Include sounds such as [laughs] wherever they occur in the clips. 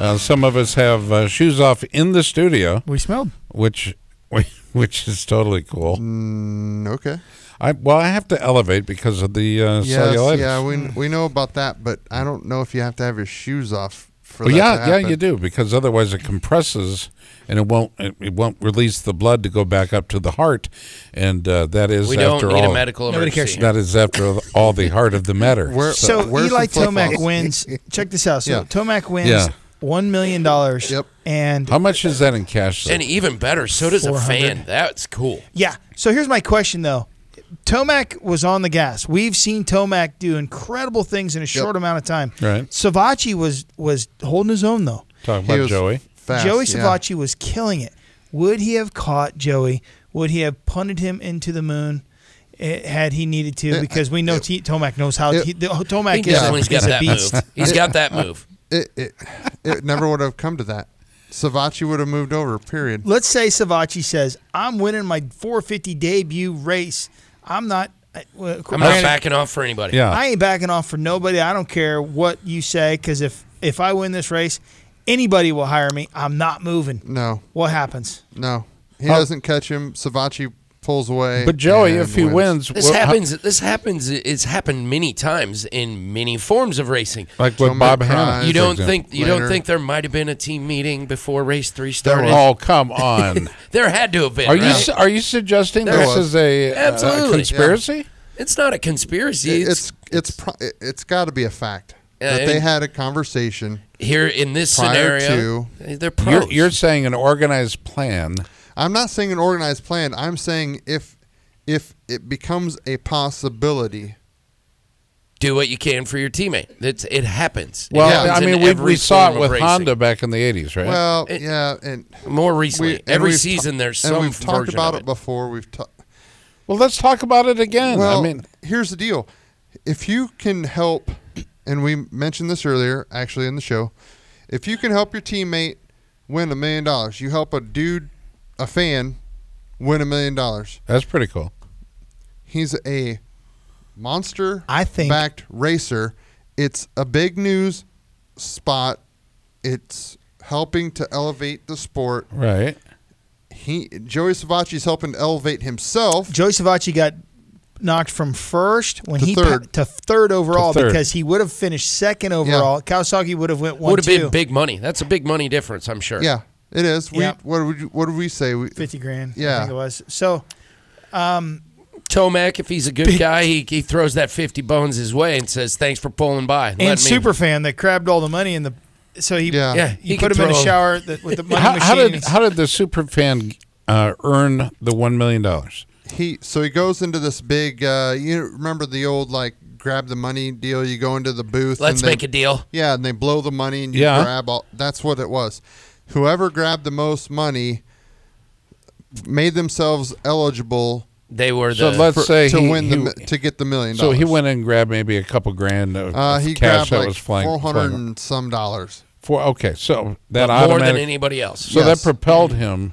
Uh, some of us have uh, shoes off in the studio, We smelled. which [laughs] which is totally cool. Okay. I well, I have to elevate because of the uh, cellulitis. Yes, yeah, we, Hmm. we know about that, but I don't know if you have to have your shoes off for Well, that. yeah, to yeah, happen. you do because otherwise it compresses and it won't it, it won't release the blood to go back up to the heart, and uh, that is We don't after need all a medical Nobody emergency. cares. that is after all the heart of the matter. Where- So, where's Eli the flip-flops? [laughs] Tomac wins. Check this out. So Yeah. Tomac wins Yeah. one million dollars. Yep. And How much is that in cash? though? And even better, so does a 400. fan. That's cool. yeah. So here's my question though. Tomac was on the gas. We've seen Tomac do incredible things in a short amount of time. Right. Savachi was was holding his own though. Talking He about was Joey. Fast, Joey yeah. Savachi was killing it. Would he have caught Joey? Would he have punted him into the moon? eh, had he needed to, because we eh, know T- Tomac knows how. it- he, the, He Tomac is, does a, when he's got is a that beast. move. He's got that move. It, it, it never would have come to that. Savachi would have moved over, period. let's say Savachi says, "I'm winning my 450 debut race. I'm not. I, well, of course- I'm not I- backing off for anybody. Yeah. I ain't backing off for nobody. I don't care what you say, because if if I win this race, anybody will hire me. I'm not moving. No, What happens? no. He doesn't catch him. Savachi pulls away. Oh. But Joey, and if he wins, This well, how- happens. this happens. It's happened many times in many forms of racing. like with Tomac Bob cries. Hanna. You for don't example. think you Later. don't think there might have been a team meeting before race three started? Oh, come [laughs] on. There had to have been. Are you right? su- are you suggesting There this was. is a, uh, Absolutely. conspiracy? It's not a conspiracy. It- it's it's it's pro- it- it's got to be a fact Yeah, that they it- had a conversation. here in this Prior scenario. they're pros. You're, you're saying an organized plan. I'm not saying an organized plan. I'm saying if if it becomes a possibility, do what you can for your teammate. It's, it happens. It Well, I happens in mean, we, every we saw form it of with racing. Honda back in the '80s, right? well, It- yeah, and More recently, and every we've ta- season there's some and we've talked version about of it. before. We've ta- Well, let's talk about it again. well. I mean, here's the deal: if you can help, and we mentioned this earlier, actually in the show, if you can help your teammate win a million dollars, you help a dude, a fan, win a million dollars. that's pretty cool. He's a monster I think- backed racer. It's a big news spot. It's helping to elevate the sport. Right. He Joey Savacci's helping to elevate himself. Joey Savachi got knocked from first when To he third. to third overall third. because he would have finished second overall. Kawasaki would have went one would have two. been big money. That's a big money difference, I'm sure. yeah, it is. We Yeah. what would you, what did we say? We, 50 grand. I Yeah. think it was. So Tomac, if he's a good guy, he, he throws that 50 bones his way and says, thanks for pulling by. Let me- and super fan that grabbed all the money in the so he Yeah. Yeah, he, he put could him in a throw 'em. shower that, with the money [laughs] How, machine. how and did he's- how did the super fan uh, earn the one million dollars? he so he goes into this big. Uh, you remember the old like grab the money deal? You go into the booth. Let's and they- make a deal. Yeah, and they blow the money and you Yeah. grab all. That's what it was. Whoever grabbed the most money made themselves eligible They were So the. let's say to he, win the he- the to get the million. So dollars. he went in and grabbed maybe a couple grand of Uh, of he cash grabbed that like was flying. four hundred flying- and some dollars. Four, okay, so that more than automatic- anybody else. So Yes. that propelled him.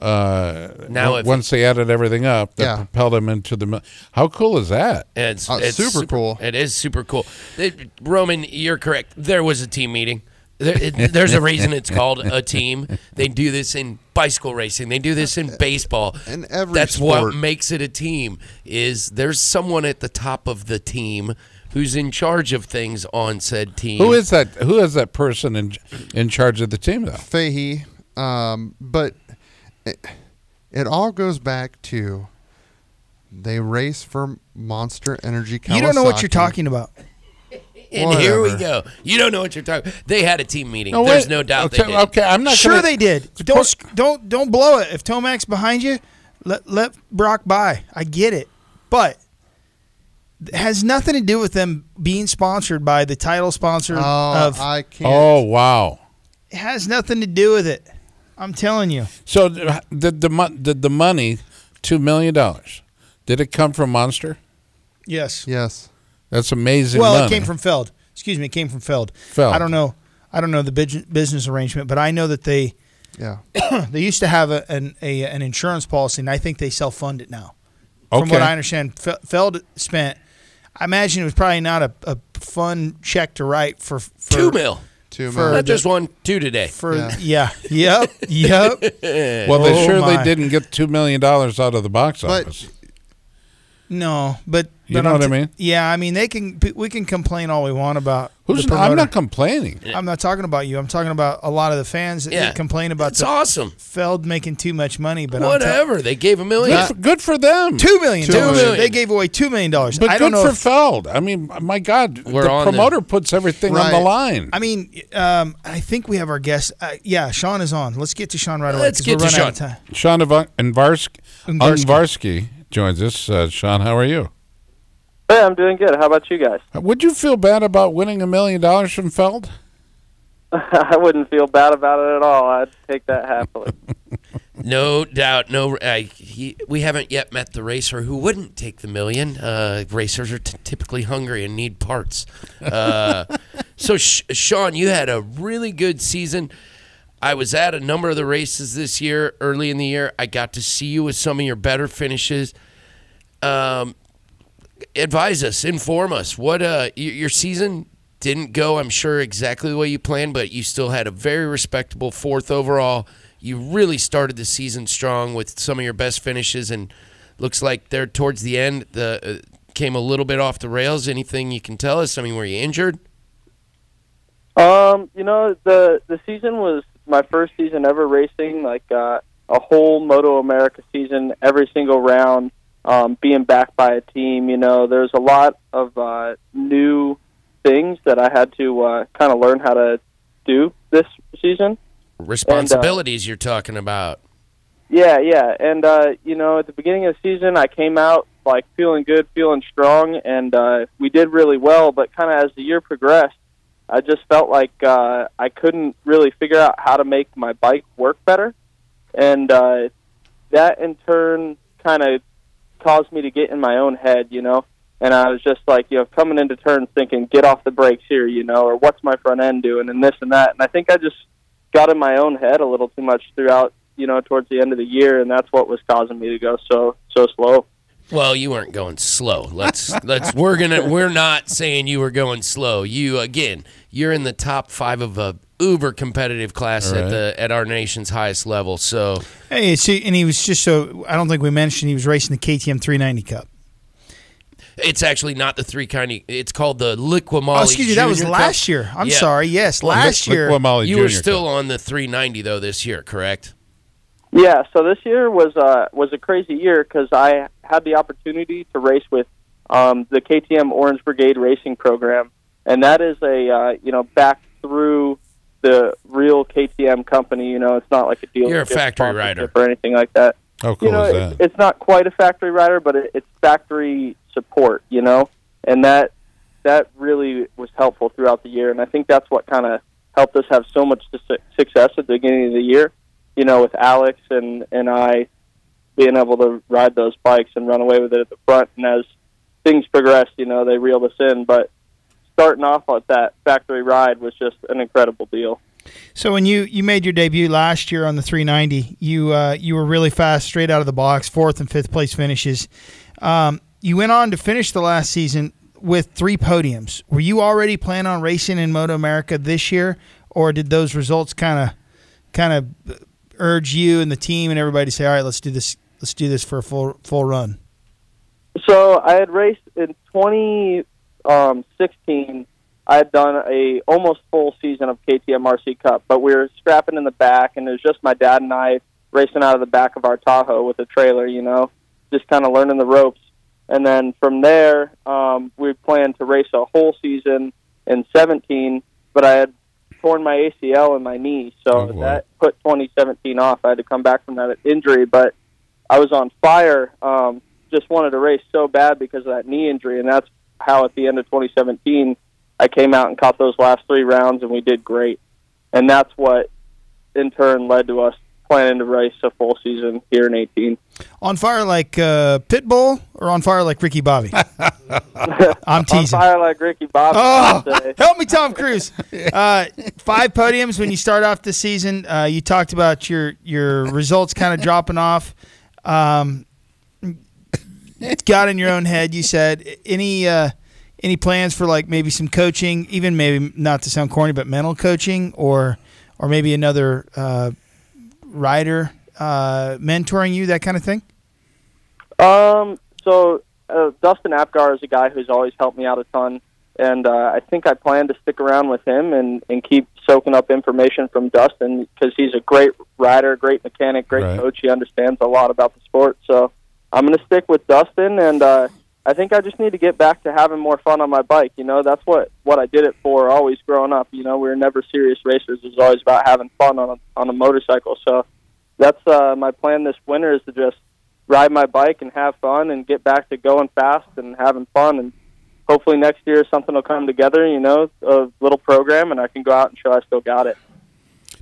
Uh, Now now, if- once they added everything up, that Yeah. propelled him into the. mil- How cool is that? It's, Uh, it's super cool. It is super cool. It- Roman, you're correct. There was a team meeting. There, it- there's a reason it's called a team. They do this in bicycle racing. They do this in baseball. In every That's sport. what makes it a team. Is there's someone at the top of the team who's in charge of things on said team. Who is that? Who is that person in in charge of the team though? Fahey. Um, but it, it all goes back to they race for Monster Energy. Kawasaki. you don't know what you're talking about. And here we Whatever. go. You don't know what you're talking. They had a team meeting. There's wait. no doubt Okay, they did. okay, I'm not Sure gonna- they did. Don't don't don't blow it. If Tomac's behind you, let let Brock by. I get it, but has nothing to do with them being sponsored by the title sponsor Oh, of. I can't. Oh wow. it has nothing to do with it. I'm telling you. So th- did the mo- did the money two million dollars? Did it come from Monster? Yes. Yes. That's amazing. Well, money. it came from Feld. Excuse me, it came from Feld. Feld. I don't know. I don't know the bus- business arrangement, but I know that they Yeah. they used to have a, an a, an insurance policy, and I think they self fund it now. From Okay. what I understand, Fe- Feld spent. I imagine it was probably not a, a fun check to write for, for Two mil. Two For- mil. Not just one, two today. For yeah, yep, yep. Well, they Oh, sure they my. didn't get two million dollars out of the box But- office. No, but You but know I'm what I mean? Yeah, I mean they can. We can complain all we want about. Who's the I'm promoter. not complaining. I'm not talking about you. I'm talking about a lot of the fans that Yeah. complain about That's the awesome. Feld making too much money. But I'm Whatever. They gave a million. Good for, good for them. tell- two million. Two dollars. million. They gave away two million dollars. but I good don't know. for if- Feld. I mean, my God, We're the on promoter puts everything on Right. the line. I mean, um, I think we have our guest. Uh, yeah, Sean is on. Let's get to Sean right away. Let's 'cause get we're to running out of Sean. time. Sean Ivan- Unvarsk- Unvarski. Unvarski joins us. Uh, Sean, how are you? Hey, I'm doing good. How about you guys? Would you feel bad about winning a million dollars from Feld? [laughs] I wouldn't feel bad about it at all. I'd take that happily. No doubt. No, uh, he, we haven't yet met the racer who wouldn't take the million. Uh, racers are t- typically hungry and need parts. Uh, so, Sh- Sean, you had a really good season. I was at a number of the races this year. Early in the year, I got to see you with some of your better finishes. Um, advise us, inform us. What uh, y- your season didn't go, I'm sure, exactly the way you planned, but you still had a very respectable fourth overall. You really started the season strong with some of your best finishes, and looks like there towards the end the uh, came a little bit off the rails. Anything you can tell us? I mean, were you injured? Um, you know, the the season was my first season ever racing, like uh, a whole Moto America season, every single round, um, being backed by a team. You know, there's a lot of uh, new things that I had to uh, kind of learn how to do this season. Responsibilities you're talking about. Yeah, yeah, and uh, you know, at the beginning of the season, I came out like feeling good, feeling strong, and uh, we did really well. But kind of as the year progressed, I just felt like uh, I couldn't really figure out how to make my bike work better, and uh, that in turn kind of caused me to get in my own head, you know. And I was just like, you know, coming into turns thinking, get off the brakes here, you know, or what's my front end doing, and this and that. And I think I just got in my own head a little too much throughout, you know, towards the end of the year, and that's what was causing me to go so so slow. Well, you weren't going slow. Let's let's we're gonna we're not saying you were going slow. You again, you're in the top five of a uber competitive class All right. at the at our nation's highest level. So Hey, see, and he was just so. I don't think we mentioned he was racing the KTM 390 Cup. it's actually not the three kind. It's called the Liquimolly. Oh, excuse me, that was last year. I'm Yeah. sorry. Yes, Well, last Look year. what Molly You Jr. were got. still on the 390 though this year, correct? Yeah, so this year was uh, was a crazy year because I had the opportunity to race with um, the KTM Orange Brigade Racing Program, and that is a uh, you know back through the real KTM company. You know, it's not like a deal. You're a factory rider. or anything like that. How cool you know, is it's- that? it's not quite a factory rider, but it, it's factory support, you know, and that that really was helpful throughout the year, and I think that's what kind of helped us have so much su- success at the beginning of the year, you know, with Alex and and I being able to ride those bikes and run away with it at the front, and as things progressed, you know, they reeled us in, but starting off at that factory ride was just an incredible deal. So when you you made your debut last year on the 390, you uh, you were really fast straight out of the box, fourth and fifth place finishes. Um, you went on to finish the last season with three podiums. Were you already planning on racing in Moto America this year, or did those results kind of kind of urge you and the team and everybody to say, "All right, let's do this. Let's do this for a full full run." So I had raced in 2016. I had done a almost full season of KTM RC Cup, but we were scrapping in the back, and it was just my dad and I racing out of the back of our Tahoe with a trailer, you know, just kind of learning the ropes. And then from there, um, we planned to race a whole season in 17, but I had torn my ACL and my knee, so Oh, wow. that put 2017 off. I had to come back from that injury, but I was on fire. Um, just wanted to race so bad because of that knee injury, and that's how at the end of 2017 I came out and caught those last three rounds, and we did great, and that's what in turn led to us planning to race a full season here in 18. On fire like uh, Pitbull or on fire like Ricky Bobby? I'm On teasing. fire like Ricky Bobby. Oh, I'd [laughs] say. help me, Tom Cruise. Uh, five podiums when you start off the season. Uh, you talked about your your results kind of dropping off. Um, it's got in your own head. You said any uh, any plans for like maybe some coaching, even maybe not to sound corny, but mental coaching or or maybe another uh, rider uh, mentoring you, that kind of thing. Um, so uh, Dustin Apgar is a guy who's always helped me out a ton, and uh, I think I plan to stick around with him and and keep soaking up information from Dustin because he's a great rider, great mechanic, great Right. coach. He understands a lot about the sport. So I'm going to stick with Dustin, and uh, I think I just need to get back to having more fun on my bike. You know, that's what what I did it for. Always growing up, you know, we were never serious racers. It was always about having fun on a, on a motorcycle. So that's uh, my plan this winter is to just ride my bike and have fun and get back to going fast and having fun and hopefully next year something will come together you know a little program and i can go out and show i still got it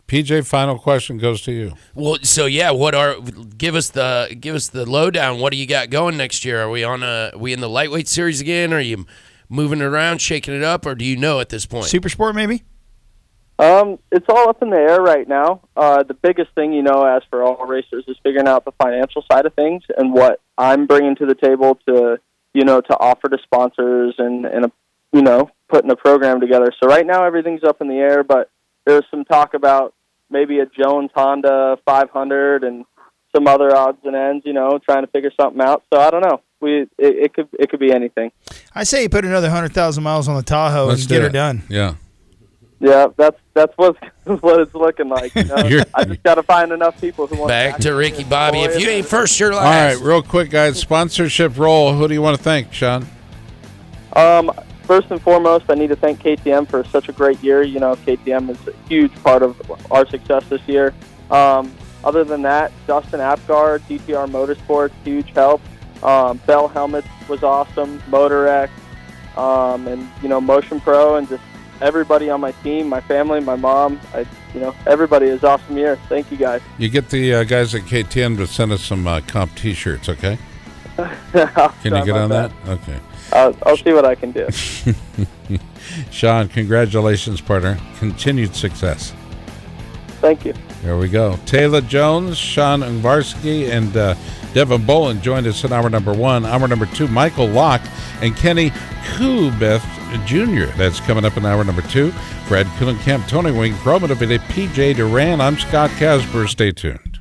PJ, final question goes to you. Well, so yeah, what are give us the give us the lowdown? What do you got going next year? Are we on a we in the lightweight series again? Are you moving it around, shaking it up, or do you know at this point? Super sport, maybe. um it's all up in the air right now uh the biggest thing you know as for all racers is figuring out the financial side of things and what i'm bringing to the table to you know to offer to sponsors and and a, you know putting a program together so right now everything's up in the air but there's some talk about maybe a jones honda 500 and some other odds and ends, you know, trying to figure something out. So I don't know. We it, it could it could be anything. I say you put another hundred thousand miles on the Tahoe Let's and do get her it. done. Yeah. Yeah, that's that's what's what [laughs] it's looking like. You know? [laughs] You're- I just got to find enough people who want Back to Ricky Bobby. If you ain't first, you're All right, last. real quick, guys. Sponsorship roll. Who do you want to thank, Sean? Um, first and foremost, I need to thank KTM for such a great year. You know, KTM is a huge part of our success this year. Um, other than that, Dustin Apgar, DTR Motorsports, huge help. Um, Bell Helmets was awesome. Motorex, um, and you know, Motion Pro, and just everybody on my team, my family, my mom. I, you know, everybody is awesome year. Thank you guys. [laughs] You get the uh, guys at KTM to send us some uh, comp T-shirts, okay? Can you get on that? Okay. I'll, I'll see what I can do. Sean, congratulations, partner. Continued success. Thank you. There we go. Taylor Jones, Sean Ungvarsky, and uh, Devin Boland joined us in hour number one. Hour number two, Michael Locke and Kenny Kubeth Jr. That's coming up in hour number two. Brad Kuhlenkamp, Tony Wing, Roman Avita, PJ Duran. I'm Scott Casper. Stay tuned.